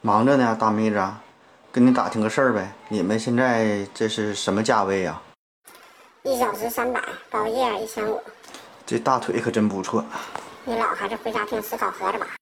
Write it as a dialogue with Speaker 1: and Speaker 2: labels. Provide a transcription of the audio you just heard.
Speaker 1: 忙着呢，大妹子啊，跟你打听个事儿呗。你们现在这是什么价位呀、啊
Speaker 2: 一小时三百，包夜一千五。
Speaker 1: 这大腿可真不错。
Speaker 2: 你老还是回家听思考盒子吧。